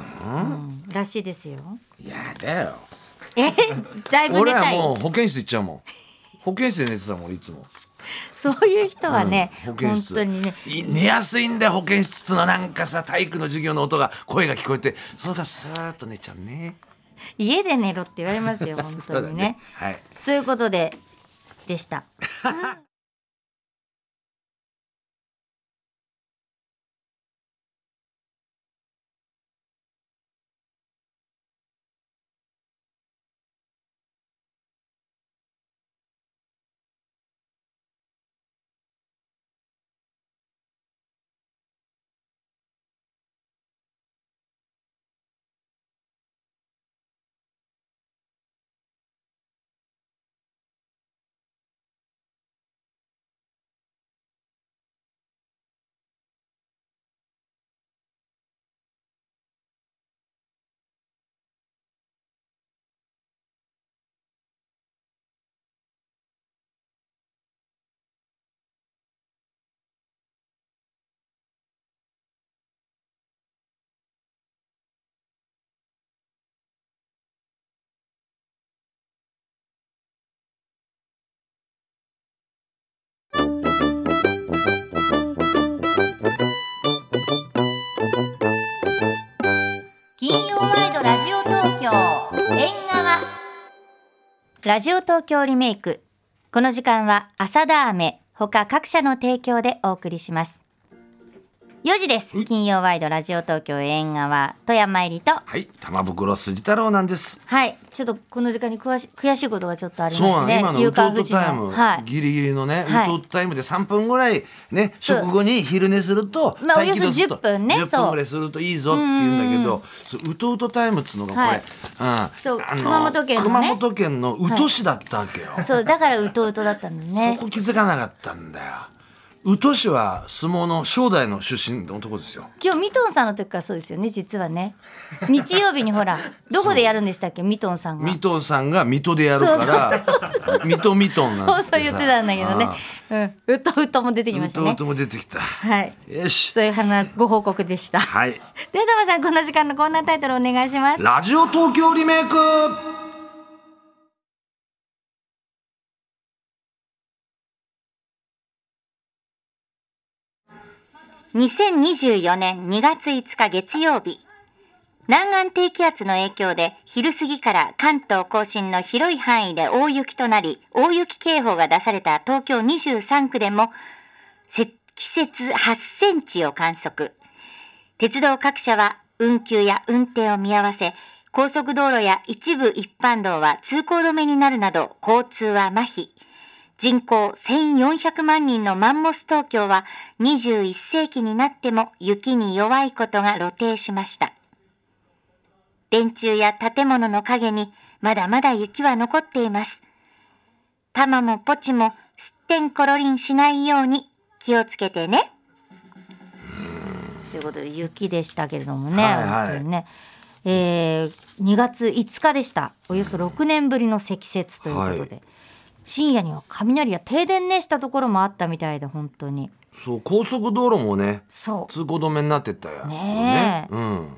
うんらしいですよ。いやだよえ、 だいぶ俺寝はたい。もう保健室行っちゃ うもん保健室で寝てたもん俺いつもそういう人はね、保健本室当にね。い寝やすいんだよ保健室っつうのはなんかさ体育の授業の音が声が聞こえてそれからさーっと寝ちゃうね家で寝ろって言われます よ、本当にね。はいそういうことで、でした。金曜ワイドラジオ東京縁側ラジオ東京リメイクこの時間は浅田飴他各社の提供でお送りします4時です金曜ワイドラジオ東京縁側富山入りとはい玉袋筋太郎なんですはいちょっとこの時間に詳し悔しいことがちょっとありそうなますの、ね今の夕ウト刊ウフトジのタイム、はいギリギリのね、はいウトウトタイムで3分ぐらいねそう食後に昼寝すると、まあ最近およそだと10分ね10そう分ぐらいするといいぞって言うんだけどそうウトウトタイムっつうのがこれ、はいんそうあの熊本県のね熊本県の宇土市だったわけよ、そうだからうとうとだったんだねそこ気づかなかったんだよ宇土市は相撲の正代の出身のとこですよ今日ミトンさんの時からそうですよね実は ね日曜日にほらどこでやるんでしたっけミトンさんが水戸さんが水戸でやるから水戸水戸なんつってさそうそう言ってたんだけどねあ。うん、うとうとも出てきーまウしたトウね。トも出てきたはい。よしそういう話ご報告でした。はいでは、玉さん、この時間のコーナータイトルお願いします。ラジオ東京リメイク2024年2月5日月曜日南岸低気圧の影響で昼過ぎから関東甲信の広い範囲で大雪となり大雪警報が出された東京23区でも積雪8センチを観測鉄道各社は運休や運転を見合わせ高速道路や一部一般道は通行止めになるなど交通は麻痺人口1400万人のマンモス東京は21世紀になっても雪に弱いことが露呈しました。電柱や建物の陰にまだまだ雪は残っています。玉もポチもすってんころりんしないように気をつけてね。ということで、雪でしたけれどもね、はいはい本当にね。えー、2月5日でした。およそ6年ぶりの積雪ということで。はい深夜には雷や停電ねしたところもあったみたいで本当にそう高速道路もねそう通行止めになってったよねえうん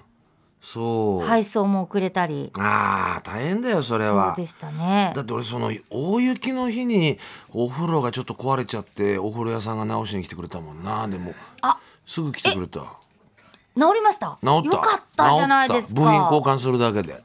そう、配送も遅れたりあー大変だよそれそうはでしたねだって俺その大雪の日にお風呂がちょっと壊れちゃってお風呂屋さんが直しに来てくれたもんなでもあすぐ来てくれた治りました治ったよかったじゃないですか治った部品交換するだけで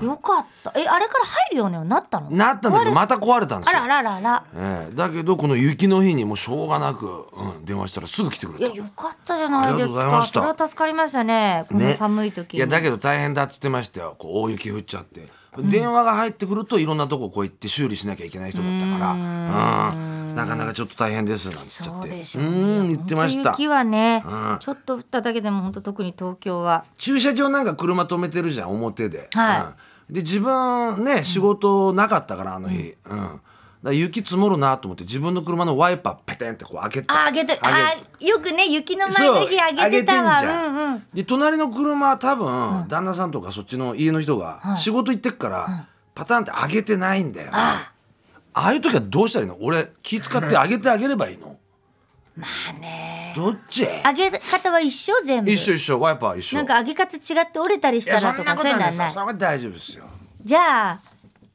よかったえあれから入るようにはなったのなったんだけどまた壊れたんですあよらあらあらあらええだけどこの雪の日にもうしょうがなく、うん、電話したらすぐ来てくいれやたよかったじゃないですありがとうございまかしたそれは助かりましたねこの寒い時に、いやだけど大変だっつってましたよこう大雪降っちゃって、電話が入ってくるといろんなとここう行って修理しなきゃいけない人だったからうん、なかなかちょっと大変ですなんて言っちゃそっうてでしょううん言ってまし本当た雪はね、うんちょっと降っただけでも本当特に東京は駐車場なんか車止めてるじゃん表で、はうんで自分ね仕事なかったからあの日、うんだから雪積もるなと思って自分の車のワイパーペテンってこう開けてああげて上げあーよくね雪の前の日あげてたわ上げてんじゃうんうんんで隣の車は多分、旦那さんとかそっちの家の人が仕事行ってくから、パターンって上げてないんだよああいう時はどうしたらいいの俺気使って上げてあげればいいのあねどっち上げ方は一緒全部一緒一緒ワイパーは一緒なんか上げ方違って折れたりしいたやそらんとなかそことういうはのなはいでないすよそんなこと大丈夫ですよじゃあ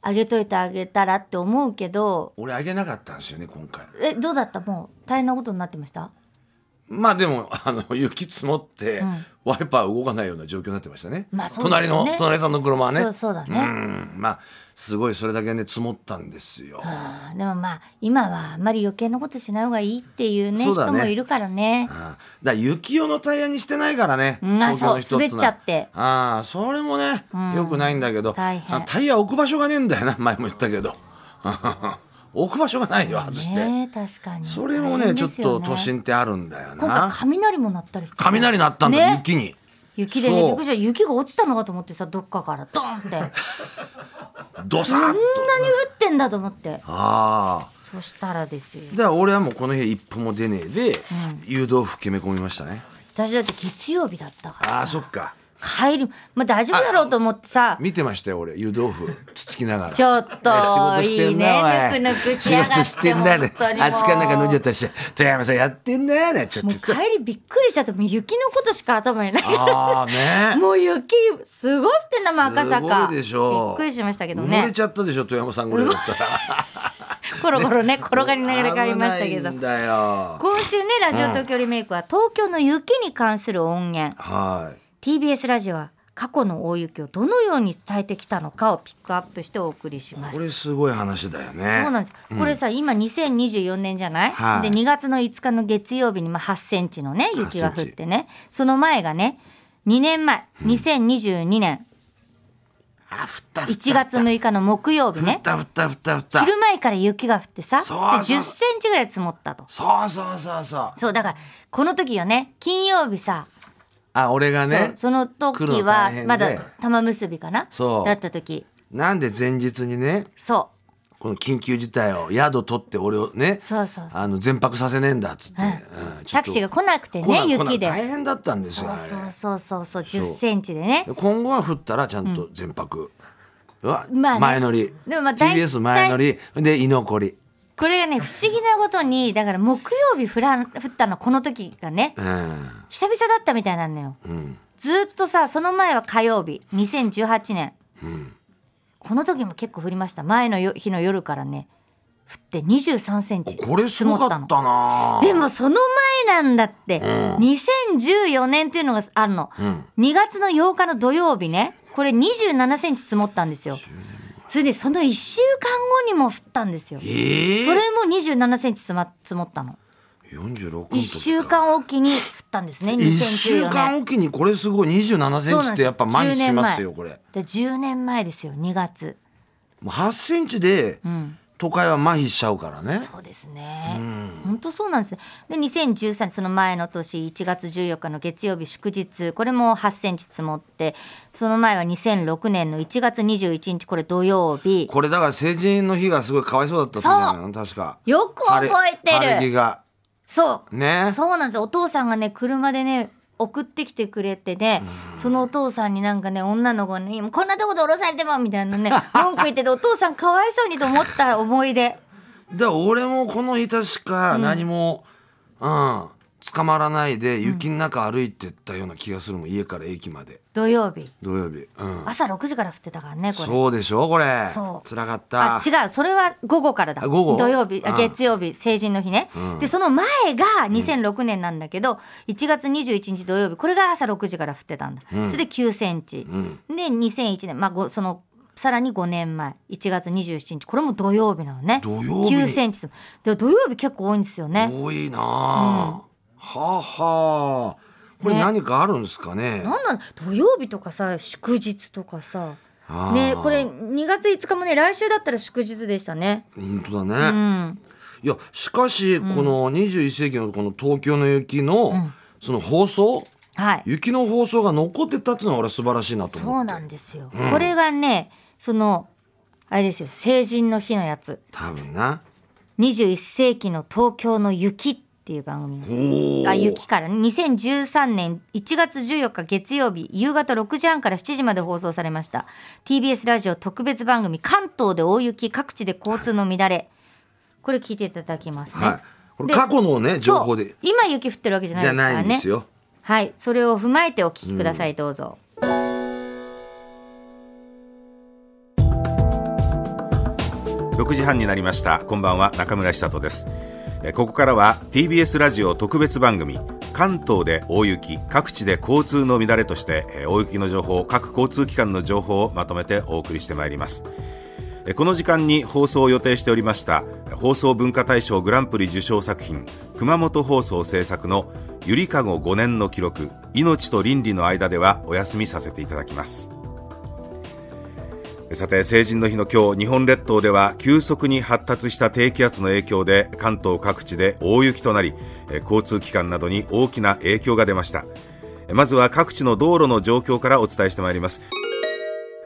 上げといてあげたらって思うけど俺あげなかったんですよね今回えどうだったもう大変なことになってましたまあでもあの 雪積もって、ワイパー動かないような状況になってましたね,、まあそうですね隣の隣さんの車はねそうそうだねんまあすごいそれだけね積もったんですよ、あーでもまあ今はあんまり余計なことしない方がいいっていうねそうだね人もいるからねああだから雪用のタイヤにしてないからね、うんあ東京の人そうのは滑っちゃってああそれもね、よくないんだけど大変あタイヤ置く場所がねえんだよな前も言ったけど 置く場所がないよ外して、ね確かにそれも大ね変ちょでっすよとね都心ってあるんだよ今回な雷も鳴ったりしてさ雷鳴ったんだ、ね雪に雪でねそうびっくりした雪が落ちたのかと思ってさどっかからドーンってこんなにドサッ降とってんだと思ってああそしたらですよだから俺はもうこの部屋一歩も出ねえで、誘導符決め込みましたね私だって月曜日だったからああそっか帰りまあ大丈夫だろうと思ってさ見てましたよ俺湯豆腐つつきなが らちょっとえー仕事していいんなねおぬいくぬくしやがって仕事してんなね本当にもう熱燗なんか飲んじゃったりして富山さんやってんななっちゃっもてう帰りびっくりしちゃってもう雪のことしか頭にないああね もう雪すごい降ってんだもん赤す坂ごいでしょびっくりしましたけど埋もれねちゃったでしょ富山さ んぐらいだったらコロコロね 転がりながら帰りましたけど危ないんだよ今週ねラジオ東京リメイクは東京の雪に関する音源はい TBS ラジオは過去の大雪をどのように伝えてきたのかをピックアップしてお送りしますこれすごい話だよねそうなんです、これさ今2024年じゃない、はいで2月の5日の月曜日にまあ8センチのね雪が降ってねその前がね2年前2022年あ降った降った1月6日の木曜日降っねた降った降った降った昼前から雪が降ってさそうそう10センチぐらい積もったとそうそうそうそうそうだからこの時よね金曜日さあ俺がそうねその来る時の大は変でまだ玉結びかなそうだった時なんで前日にねそこの緊急事態を宿取って俺をねうそうそうそうあの全泊させねえんだっつって、うんちょタっとクシーが来なくて来なね来な雪で大変だったんですよそうあそうれそうそうそう10センチでね今後は降ったらちゃんと全泊、うわ、まあね前乗りでもまあ大体 TBS 前乗りで居残りこれがね不思議なことにだから木曜日降らん降ったのこの時がねうん久々だったみたいなのようんずーっとさその前は火曜日2018年、この時も結構降りました前のよ日の夜からね降って23センチこれすごか積もったなでもその前なんだって、2014年っていうのがあるの、2月の8日の土曜日ねこれ27センチ積もったんですよそれでその1週間後にも降ったんですよえそれー、も27センチ積ま積もったの46の時だ1週間おきに降ったんですね一2014週間年おきにこれすごい27センチってやっぱ毎日しますよ10これで10年前ですよ2月もう8センチで都会は麻痺しちゃうからね、そうですね。本当そうなんですよ。で、2013年その前の年1月14日の月曜日祝日、これも8センチ積もって、その前は2006年の1月21日これ土曜日。これだから成人の日がすごいかわいそうだったんじゃないの確かよく覚晴れえ晴てれ着る。がそう。ねそうなんですよ。お父さんがね車でね。送ってきてくれてね、そのお父さんになんかね女の子に「もうこんなとこで降ろされても」みたいなね文句言っててお父さんかわいそうにと思った思い出だから俺もこの日確か何も、うん捕まらないで雪の中歩いてったような気がするもん家から駅まで土曜日土曜日、うん、朝6時から降ってたからねこれそうでしょこれそうつらかったあ違うそれは午後からだあ午後土曜日あうん月曜日成人の日ね、でその前が2006年なんだけど、1月21日土曜日これが朝6時から降ってたんだ、それで9センチ、で2001年、まあ、ごそのさらに5年前1月27日これも土曜日なのね土曜日9センチで土曜日結構多いんですよね多いなあ、はあはあこれ何かあるんですかねなんなん土曜日とかさ祝日とかさあーねこれ2月5日もね来週だったら祝日でしたね本当だね、うんいやしかしこの21世紀のこの東京の雪の、その放送はい雪の放送が残ってたっていうのは俺は素晴らしいなそと思うってなんですよ、これがねそのあれですよ成人の日のやつ多分な21世紀の東京の雪っていう番組おが雪からね2013年1月14日月曜日夕方6時半から7時まで放送されました TBS ラジオ特別番組関東で大雪各地で交通の乱れこれ聞いていただきますね、はいこれ過去のね情報そでう今雪降ってるわけじゃないじですゃかないらんでねすよ。はいそれを踏まえてお聞きください、どうぞ6時半になりましたこんばんは中村久人ですえーここからは TBS ラジオ特別番組関東で大雪各地で交通の乱れとしてえー大雪の情報各交通機関の情報をまとめてお送りしてまいりますえーこの時間に放送を予定しておりました放送文化大賞グランプリ受賞作品熊本放送制作のゆりかご5年の記録命と倫理の間ではお休みさせていただきますさて成人の日の今日日本列島では急速に発達した低気圧の影響で関東各地で大雪となりえー交通機関などに大きな影響が出ましたえーまずは各地の道路の状況からお伝えしてまいります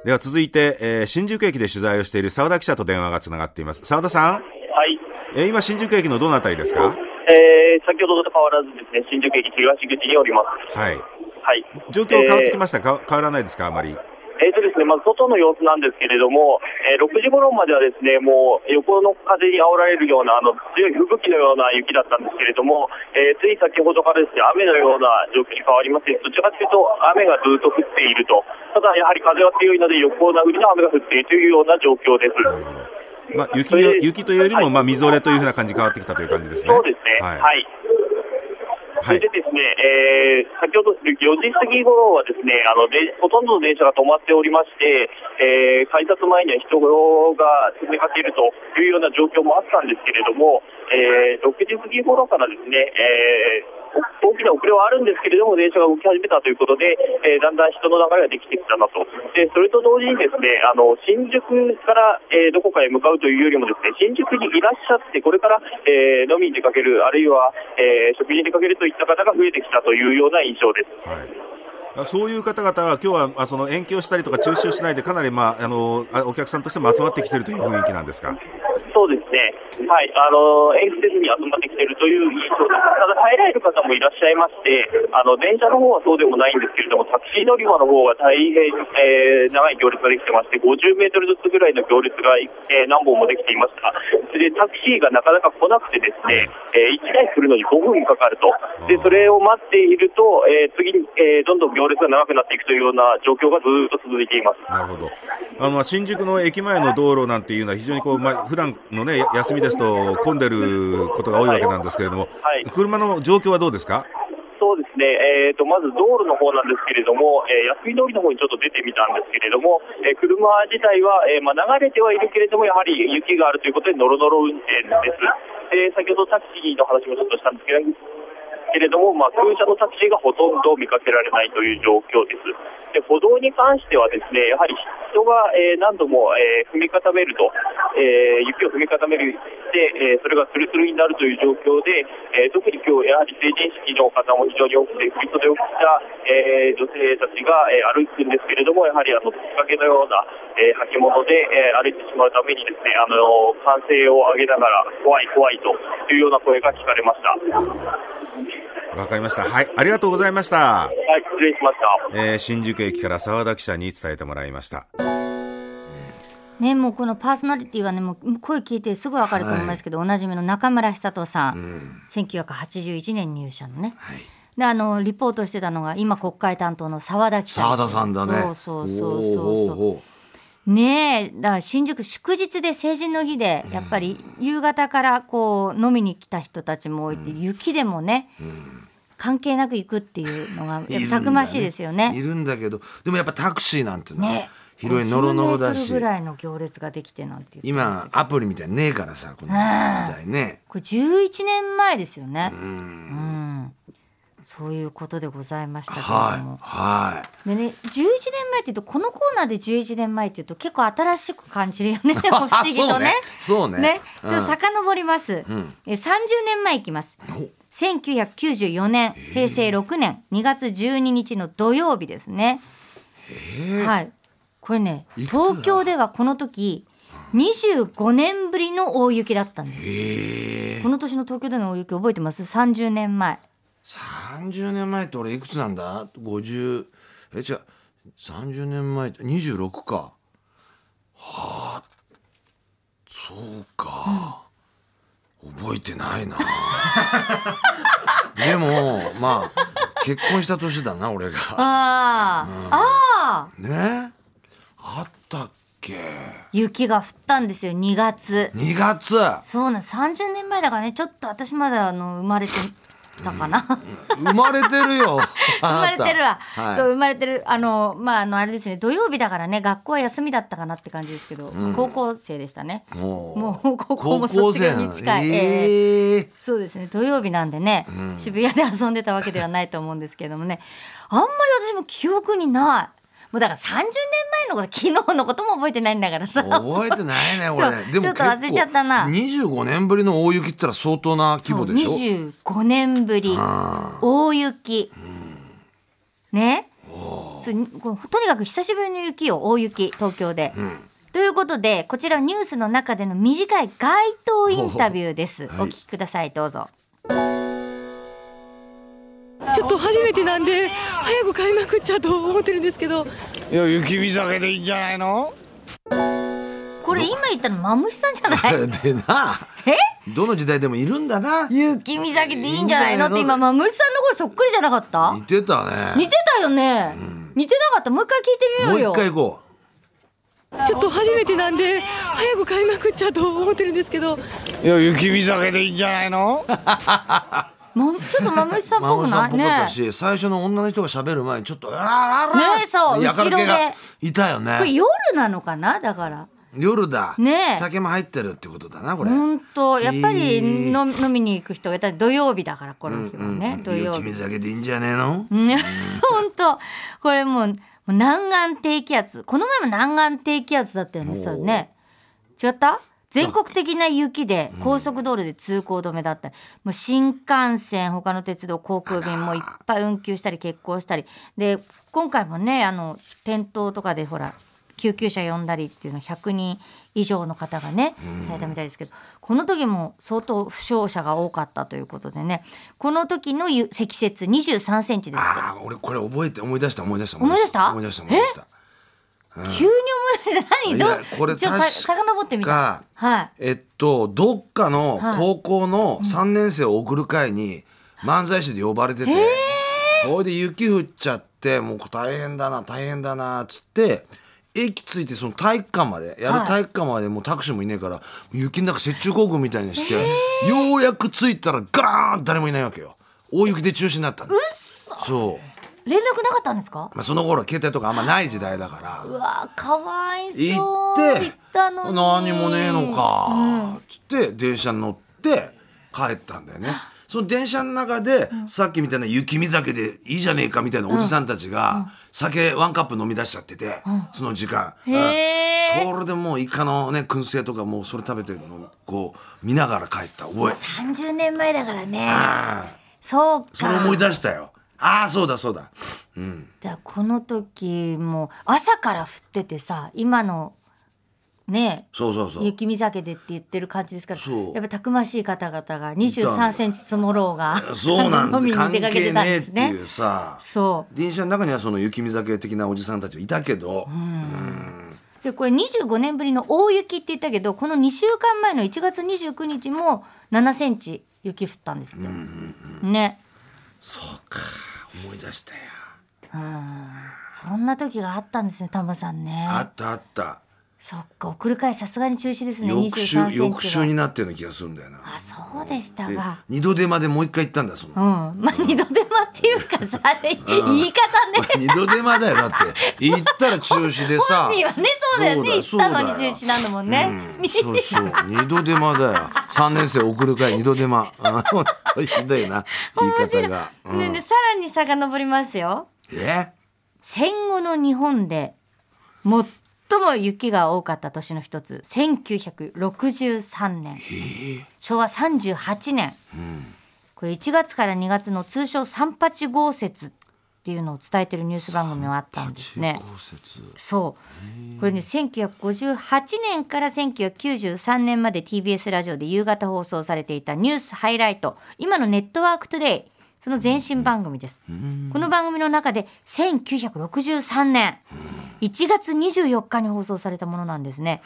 では続いて、えー新宿駅で取材をしている澤田記者と電話がつながっています澤田さん、はい。えー今新宿駅のどのあたりですかえー、先ほどと変わらずですね、新宿駅東口におります。はいはい。状況変わってきまししたか、変わらないですかあまりえーえーとですね、まず外の様子なんですけれども、えー6時頃まではですね、もう横の風に煽られるような、あの、強い吹雪のような雪だったんですけれども、えーつい先ほどからですね、雨のような状況に変わりまして、どちらかというと雨がずっと降っていると。ただ、やはり風は強いので、横殴りの雨が降っているというような状況です。まあ、雪よ雪というよりも、まあ、みぞれというふうな感じに変わってきたという感じですね。そうですね。はいはいはそれいでですね、えー先ほど4時過ぎ頃はですね、あの、でほとんどの電車が止まっておりまして、えー改札前には人が詰めかけるというような状況もあったんですけれども、えー6時過ぎ頃からですね、えーお大きな遅れはあるんですけれども、電車が動き始めたということで、えーだんだん人の流れができてきたなと。で、それと同時にですね、あの、新宿から、えーどこかへ向かうというよりもですね、新宿にいらっしゃって、これから、えー飲みに出かける、あるいは、えー食事に出かけるといった方が増えてきたというような印象です。はい、そういう方々は、今日はあその延期をしたりとか、中止をしないで、かなり、まあ、あのあお客さんとしても集まってきているという雰囲気なんですか。そうですね。はい。あの、エクセスに集まってきているという印象です。ただ、入られる方もいらっしゃいまして、あの、電車の方はそうでもないんですけれども、タクシー乗り場の方は大変、えー長い行列ができてまして、50メートルずつぐらいの行列が、えー何本もできていました。それで、タクシーがなかなか来なくてですね、え1台来るのに5分かかると。で、それを待っていると、えー次に、えーどんどん行列が長くなっていくというような状況がずーっと続いています。なるほどあのまあ新宿の駅前の道路なんていうのは、非常にこう、まあ普段のねや休みですと混んでることが多いわけなんですけれども、はい車の状況はどうですか、そうですね、えー、とまず道路の方なんですけれども、えー、安井通りの方にちょっと出てみたんですけれども、えー車自体は、えーまあ、流れてはいるけれども、やはり雪があるということで、ノロノロ運転です。えー先ほどタクシーの話もちょっとしたんですけどけれども、まあ、空車のタクシーがほとんど見かけられないという状況です。で歩道に関してはですね、やはり人が、えー何度も、えー踏み固めると、えー雪を踏み固めるで、えーそれがスルスルになるという状況で、えー特に今日やはり成人式の方も非常に多くて、振り袖を着た、えー女性たちが、えー歩くんですけれども、やはりあの、きっかけのような、えー履物で、えー歩いてしまうためにですね、あの、歓声を上げながら、怖い怖いというような声が聞かれました。わかりました、はい、ありがとうございました、はい、失礼しました。えー新宿駅から澤田記者に伝えてもらいました。ねもうこのパーソナリティはねもう声聞いてすぐわかると思いますけど、おなじみの中村久人さん、1981年入社のね、いであのリポートしてたのが今国会担当の澤田記者澤田さんだね。そうそうそうそうそうおうおうおうねえだから新宿祝日で成人の日でやっぱり夕方からこう飲みに来た人たちも多いって、雪でもね、関係なく行くっていうのがいやるっんぱだたくましいですよいね。るんだけど、でもやっぱタクシーなんてのはね広いノロノロだ50メートしルぐ、らいの行列ができてなんて言ってました今アプリみたいにねえからさ、この時代ね。これ11年前ですよね。ううんん、そういうことでございましたけれどはもい、はい。でね11年前っていうとこのコーナーで11年前っていうと結構新しく感じるよ ねでも不思議とね。そうね。そうね。ね、ちうょんっと遡ります。んえ30年前いきます。1994年平成6年2月12日の土曜日ですね。はい。これね、いくつだ東京ではこの時25年ぶりの大雪だったんです。へえ。この年の東京での大雪覚えてます？30年前。三十年前って俺いくつなんだ？五十え違う。三十年前二十六か。はあ。そうか。覚えてない なでもまあ結婚した年だな俺があー、あーねあったっけ雪が降ったんですよ2月2月そうなん30年前だからねちょっと私まだあの生まれてたかな生まれてるよ 生まれてるわ、あなたそうはい生まれてるあのまああのあれですね土曜日だからね学校は休みだったかなって感じですけど、高校生でしたねもうもう高校高も校卒生業なにの近い、えーええそうですね土曜日なんでね、渋谷で遊んでたわけではないと思うんですけれどもねあんまり私も記憶にないもうだから30年前のこと昨日のことも覚えてないんだからさ覚えてないね俺 そうちょっと忘れちゃったな結構25年ぶりの大雪って言ったら相当な規そう模でしょ25年ぶり大雪、ねそうこうとにかく久しぶりの雪よ大雪東京で、ということでこちらニュースの中での短い街頭インタビューです、ほうはいお聞きくださいどうぞちょっと初めてなんで早く買えなくっちゃと思ってるんですけどいや雪見酒でいいんじゃないのこれ今言ったのマムシさんじゃない でなどの時代でもいるんだな雪見酒でいいんじゃないのって今マムシさんの声そっくりじゃなかった似てた似ねてたよね、似てなかったもう一回聞いてみもよううよ一回行こちょっと初めてなんで早く買えなくっちゃと思ってるんですけどいや雪見酒でいいんじゃないのもうちょっとマムシさんうっマぽモくさんなっいぽかったねし最初の女の人が喋る前にちょっとあらあらねえそうやかる後ろ気でがいたよこれね夜なのかなだから夜だねえ酒も入ってるってことだなこれ本当やっぱへりえの飲みに行く人がいたら土曜日だからこの日はね、土曜雪日見酒でいいんじゃねえの ね本当これもうもう南岸低気圧この前も南岸低気圧だったよねそれね違った全国的な雪で高速道路で通行止めだった、もう新幹線他の鉄道航空便もいっぱい運休したり欠航したりで今回もねあの転倒とかでほら救急車呼んだりっていうのは100人以上の方がねされたみたいですけど、この時も相当負傷者が多かったということでねこの時のゆ積雪23センチですってああ俺これ覚えて思い出した思い出した思い出した思い出した思い出した急に思い出した何いどやうこれちょ確かさ遡ってみたはいえっとどっかのはい高校の3年生を送る会に漫才師で呼ばれてて、それで雪降っちゃってもう大変だな大変だなっつって駅着いてその体育館までやはるい体育館までもうタクシーもいねえから雪の中雪中行軍みたいにして、ようやく着いたらガラーン誰もいないわけよ大雪で中止になったんですそう、連絡なかったんですかまあ、その頃は携帯とかあんまない時代だからうわかわい行そっうてたのに何もねえのかつって電車に乗って帰ったんだよねその電車の中で、さっきみたいな雪見酒でいいじゃねえかみたいなおじさんたちが、酒ワンカップ飲み出しちゃってて、その時間、うんへそれでもうイカのね燻製とかもうそれ食べてるのをこう見ながら帰った覚え30年前だからねああそうそれ思かい出したよああそうだそうだだこの時も朝から降っててさ今のねそうそうそう雪見酒でって言ってる感じですからそうやっぱたくましい方々が2 3センチ積もろうがそうな ん飲みだに関出かけ係てたんねえでっすてねいうさそう電車の中にはその雪見酒的なおじさんたちいたけど、でこれ25年ぶりの大雪って言ったけどこの2週間前の1月29日も7センチ雪降ったんですって、ね思い出したよそんな時があったんですねタマさんねあったあったそっか送る会さすがに中止ですね翌週23セン翌チ週はになってるような気がするんだよなあそうでしたでが。二度手間でもう一回行ったんだよその、うん、まあ二度手間っていうかさ、 あれ言い方ね。二度手間だよだ って行ったら中止でさ本人はね、そうだよね。言っそうだたよのに中止なのもんね。うんそうそう二度手間だよ三年生送る会二度手間 あ本当にひどいな言い方が、うんねで、さらに遡りますよ。え戦後の日本で最も雪が多かった年の一つ1963年昭和38年、これ1月から2月の通称38豪雪っていうのを伝えてるニュース番組もあったんですね。そうこれね1958年から1993年まで TBS ラジオで夕方放送されていた「ニュースハイライト」今の「ネットワークトゥデイ」その前身番組ですこの番組の中で1963年1月24日に放送されたものなんですね。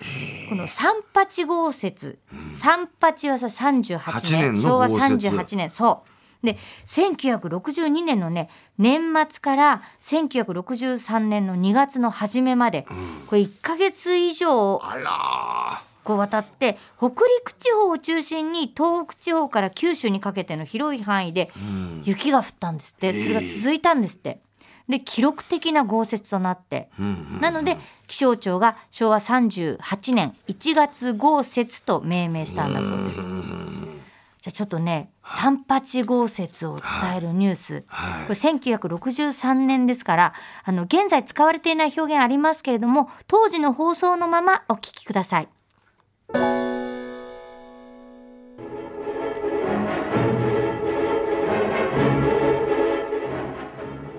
この三八豪雪。三八はさ38年8年の昭和豪雪38年そう。で1962年のね年末から1963年の2月の初めまで、これ1ヶ月以上あらこう渡って北陸地方を中心に東北地方から九州にかけての広い範囲で雪が降ったんですって、それが続いたんですって。で記録的な豪雪となって、なので気象庁が昭和38年1月豪雪と命名したんだそうです。じゃあちょっとね三八豪雪を伝えるニュース、これ1963年ですからあの現在使われていない表現ありますけれども当時の放送のままお聞きください。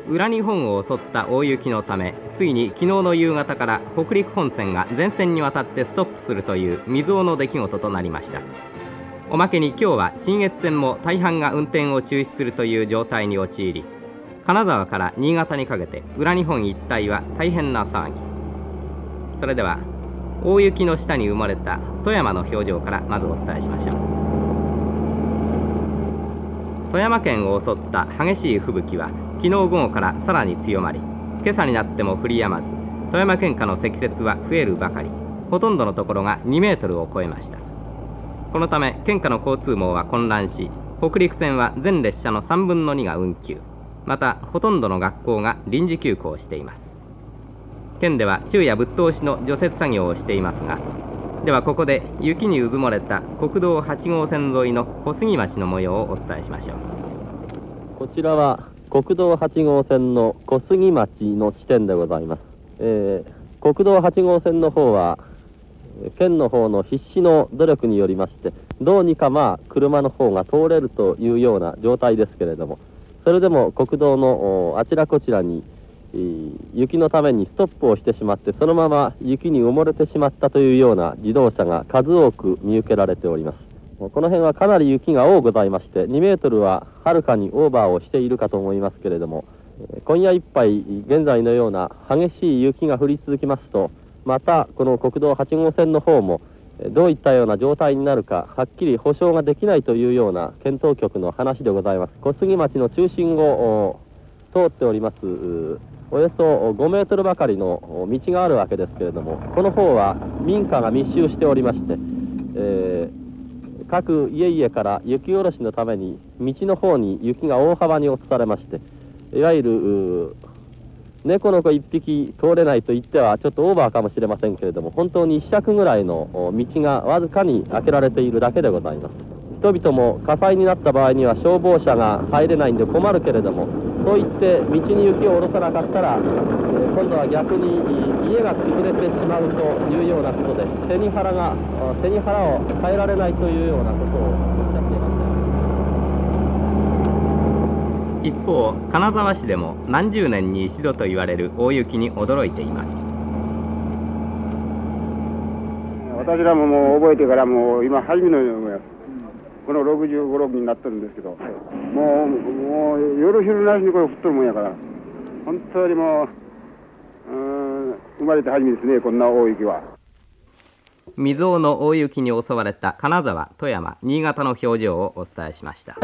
裏日本を襲った大雪のためついに昨日の夕方から北陸本線が全線にわたってストップするという未曾有の出来事となりましたおまけに今日は信越線も大半が運転を中止するという状態に陥り金沢から新潟にかけて裏日本一帯は大変な騒ぎそれでは大雪の下に埋もれた富山の表情からまずお伝えしましょう富山県を襲った激しい吹雪は昨日午後からさらに強まり今朝になっても降り止まず富山県下の積雪は増えるばかりほとんどのところが2メートルを超えましたこのため県下の交通網は混乱し北陸線は全列車の3分の2が運休またほとんどの学校が臨時休校しています県では昼夜ぶっ通しの除雪作業をしていますがではここで雪にうずもれた国道8号線沿いの小杉町の模様をお伝えしましょうこちらは国道8号線の小杉町の地点でございます、えー国道8号線の方はえー県の方の必死の努力によりましてどうにかまあ車の方が通れるというような状態ですけれどもそれでも国道のおあちらこちらにえー雪のためにストップをしてしまってそのまま雪に埋もれてしまったというような自動車が数多く見受けられておりますこの辺はかなり雪が多ございまして2メートルははるかにオーバーをしているかと思いますけれどもえー今夜いっぱい現在のような激しい雪が降り続きますとまたこの国道8号線の方もえーどういったような状態になるかはっきり保証ができないというような県当局の話でございます小杉町の中心をお通っておりますうおよそ5メートルばかりのお道があるわけですけれどもこの方は民家が密集しておりまして、えー各家々から雪下ろしのために道の方に雪が大幅に落とされましていわゆるう猫の子1匹通れないと言ってはちょっとオーバーかもしれませんけれども本当に1尺ぐらいのお道がわずかに開けられているだけでございます人々も火災になった場合には消防車が入れないんで困るけれどもそう言って道に雪を下ろさなかったら、えー今度は逆に家が潰れてしまうというようなことで背に腹があ背に腹を変えられないというようなことをおっしゃっていました。一方金沢市でも何十年に一度と言われる大雪に驚いています私らももう覚えてからもう今初めのようにこの65、6になってるんですけど、もう、もう、夜昼なしにこれ降っとるもんやから、本当にもう、うーん生まれて初めですね、こんな大雪は。未曾有の大雪に襲われた金沢富山新潟の表情をお伝えしました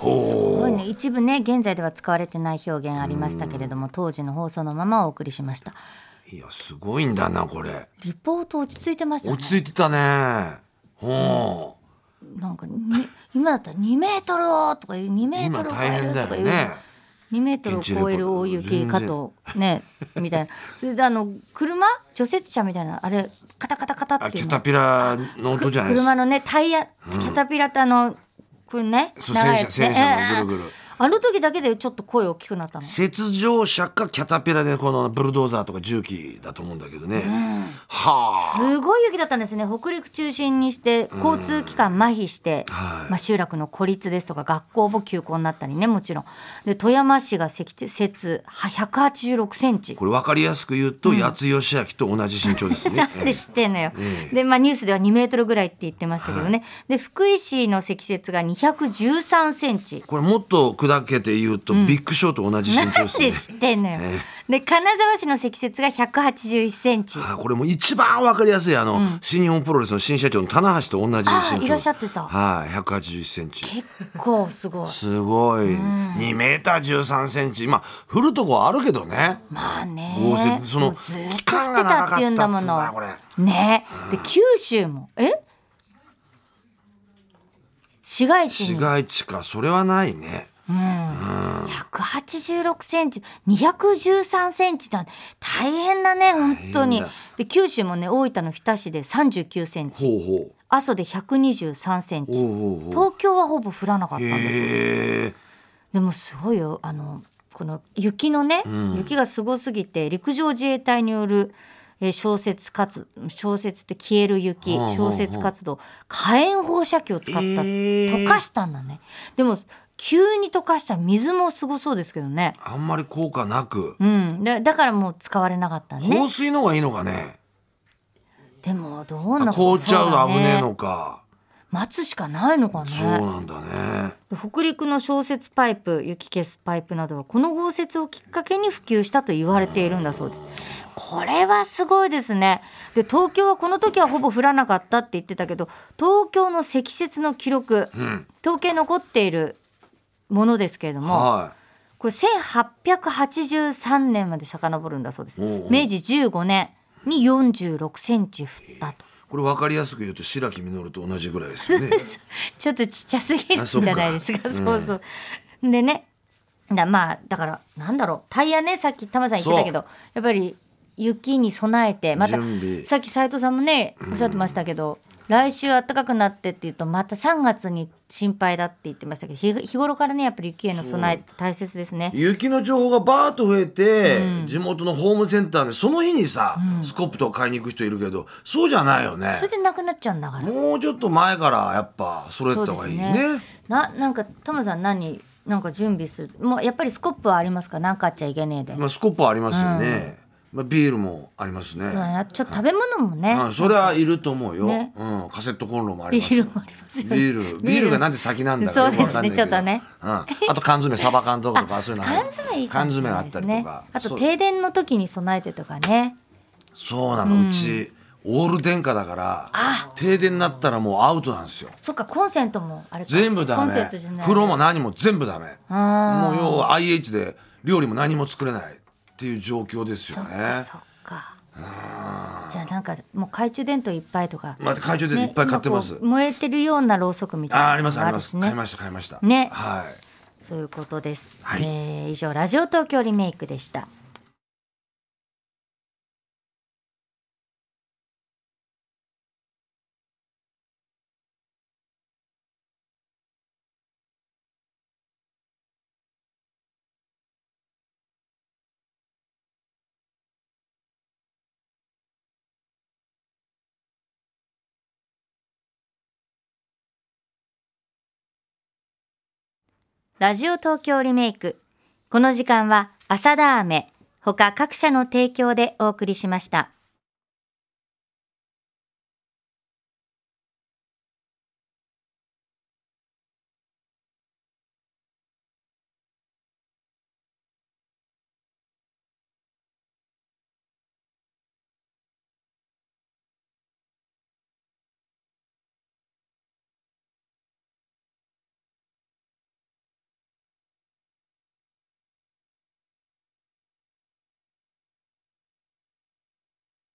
すごいね一部ね現在では使われてない表現ありましたけれども当時の放送のままお送りしましたいやすごいんだなこれリポート落ち着いてましたね落ち着いてたねほなんかに今だったら2メートルをとかいう2うメート今ルを超大える変だとかよいう、ね2メートルを超える大雪かとねみたいな それであの車除雪車みたいなあれカタカタカタあっていキうのャタピラの音じゃないです車かのねタイヤ、キャタピラってあのこれねそう戦車戦車のぐるぐるあの時だけでちょっと声大きくなったの雪上車かキャタピラでこのブルドーザーとか重機だと思うんだけどね、はあすごい雪だったんですね北陸中心にして交通機関麻痺して、はいまあ、集落の孤立ですとか学校も休校になったりねもちろんで富山市が積雪は186センチこれ分かりやすく言うと、八津義明と同じ身長です ねなんで知ってんのよ、ええで、まあ、ニュースでは2メートルぐらいって言ってましたけどね、で福井市の積雪が213センチこれもっと下だけて言うと、ビッグショーと同じ身なん長ですでね。知ってんのよ。で、金沢市の積雪が181センチ。あこれもう一番わかりやすいあの、新日本プロレスの新社長の棚橋と同じあ身長いらっしゃってたはい181センチ結構すごい。すごい、2メーター13センチまあ降るとこはあるけどねまあね。豪雪そのもうずっ期と降間っがて長かたったっていうっつうんんだだものこれ。ね。で、九州も、え市街地市に街地かそれはないね186センチ、213センチだ。大変だね、本当に大変だ。で、九州もね、大分の日田市で39センチ、ほうほ阿蘇で123センうチほ、うほうほ東京はほぼ降らなかったうんですよ。へえでもすごいよあのこの雪のね、雪がすごすぎて陸上自衛隊によるえー小説活小説って消える雪うんうんうん小説活動火炎放射器を使った、えー溶かしたんだねでも急に溶かした水もすごそうですけどねあんまり効果なく、うんだだからもう使われなかったね放水の方がいいのかねでもどうな凍っちゃうそだのね危ねえのか待つしかないのかねそうなんだね北陸の消雪パイプ雪消すパイプなどはこの豪雪をきっかけに普及したと言われているんだそうですこれはすごいですねで東京はこの時はほぼ降らなかったって言ってたけど東京の積雪の記録、統計残っているものですけれども、はこれ1883年まで遡るんだそうですおうおう明治15年に46センチ降ったといこれ分かりやすく言うと白木実と同じぐらいです よねちょっとちっちゃすぎるんあじそっかゃないですか。そうそう。でね、だまあだからなんだろうタイヤねさっき玉さん言ってたけど、やっぱり雪に備えてまた準備さっき斉藤さんもねおっしゃってましたけど。来週暖かくなってって言うとまた3月に心配だって言ってましたけど日日頃からねやっぱり雪への備えって大切ですね。雪の情報がバーッと増えて、地元のホームセンターでその日にさ、スコップとか買いに行く人いるけどそうじゃないよねそれでなくなっちゃうんだから。もうちょっと前からやっぱ揃えた方がいいねそうですななんかタマさん何なんか準備するもうやっぱりスコップはありますかなんかあっちゃいけねえで。まあ、スコップはありますよね、まあ、ビールもありますね、そうだなちょっと食べ物もね、うん、それはいると思うよ、ねうん、カセットコンロもありビーますよルもありますよねビールビールがなんで先なんだかそうよくでわすかんなねいけちょどっとねうん、あと缶詰サバ缶とかとかそういうの入る缶詰いいか缶もしれ詰あないでったすりねとかあとそう停電の時に備えてとかねそうなの、うちオール電化だから停電になったらもうアウトなんですよそっかコンセントもあれか全部コダンメセントじゃない風呂も何も全部ダメあもう要は IH で料理も何も作れないっていう状況ですよーねそっかじゃあなんかもう懐中電灯いっぱいとか、まあ懐中電灯いっぱい買ってますね今こう燃えてるようなろうそくみたいあーなありのますがあありまるすしね買いました買いましたねはいそういうことです、はいえー以上ラジオ東京リメイクでしたラジオ東京リメイク。この時間は、浅田飴、他各社の提供でお送りしました。